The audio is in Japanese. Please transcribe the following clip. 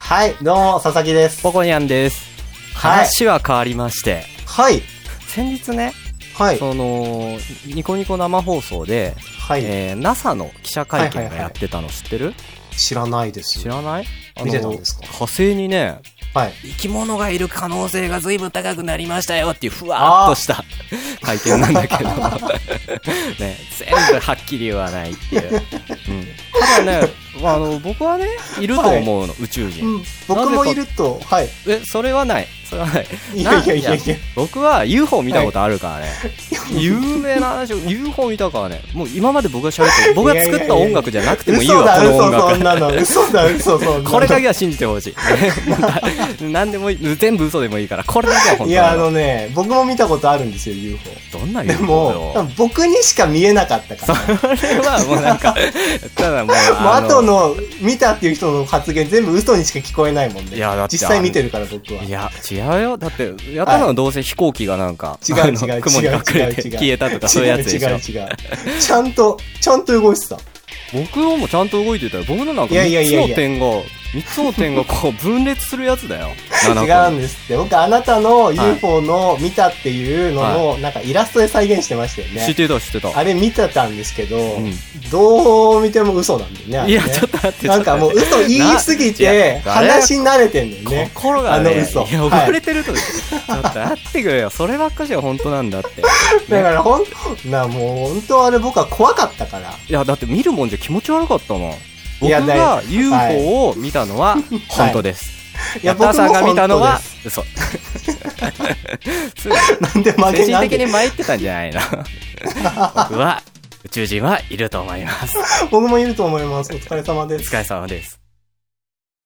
はい、どうも、佐々木です。ポコニャンです。はい。話は変わりまして、はい。先日ね、はい。その、ニコニコ生放送で、はい。えー NASA の記者は会見いはいはがいやってたの知ってる、知らないです。知らないあの見てたんですか火星にね、はい。生き物がいる可能性が随分高くなりましたよっていうふわーっとした会見なんだ けど、ね、全部はっきり言わないっていう。うん、ただね、まあ、あの僕はね、いると思うの、宇宙う人。ん。僕もいると、はい。え、それはない。それはない。いやいやいやいや。僕は UFO 見たことあるからね、有名な話を UFO 見たからねもう今まで僕が喋ってる僕が作った音楽じゃなくてもいい嘘わだ、この嘘、音そん楽な の。嘘だ、嘘、そんなの。これだけは信じてほしい なんか何でもいい全部嘘でもいいからこれだけは本い当や、あなののね、僕も見たことあるんですよ、UFO。どんなで UFO も、多よ分僕にしか見えなかったから。それはもうな んかただもうもうあ後の、見たっていう人の発言全部嘘にしか聞こえないもんね。いやだって実際見てるから、僕は。いや違うよだってやったのはどうせ飛行機がなんか、違うあの違う違う雲に隠違う違れうて消えたとかそういうやつでし違うょ違う違う。ちゃんと、ちゃんと動いてた。僕のもちゃんと動いてたよ僕のなんかいやいや3いつやいのや点が3つの点がこう分裂するや つだよ違7うん個ですって僕あなたの UFO の見たっていうのをなんかイラストで再現してましたよね、知ってた知ってたあれ見てたんですけど、んどう見ても嘘なんだよねあいれねやちょっと待ってなんかもうちょっ嘘言いすぎてな違う話に慣れてんだよと待ってね心がねあの嘘いやはい遅れてると、ちょっと待ってくれよそればっかしは本当なんだっ て、だかねらほんなもう本当あれ僕は怖かったからいやだって見るもんじゃ気持ち悪かったもんい僕やだよが UFO を見たのは本当です、いやヤッターさんが見たのは僕 嘘 すなんで負精けな神ん的でに参ってたんじゃないの 僕は宇宙人はいると思います僕もいると思いますお疲れ様でおす疲れ様です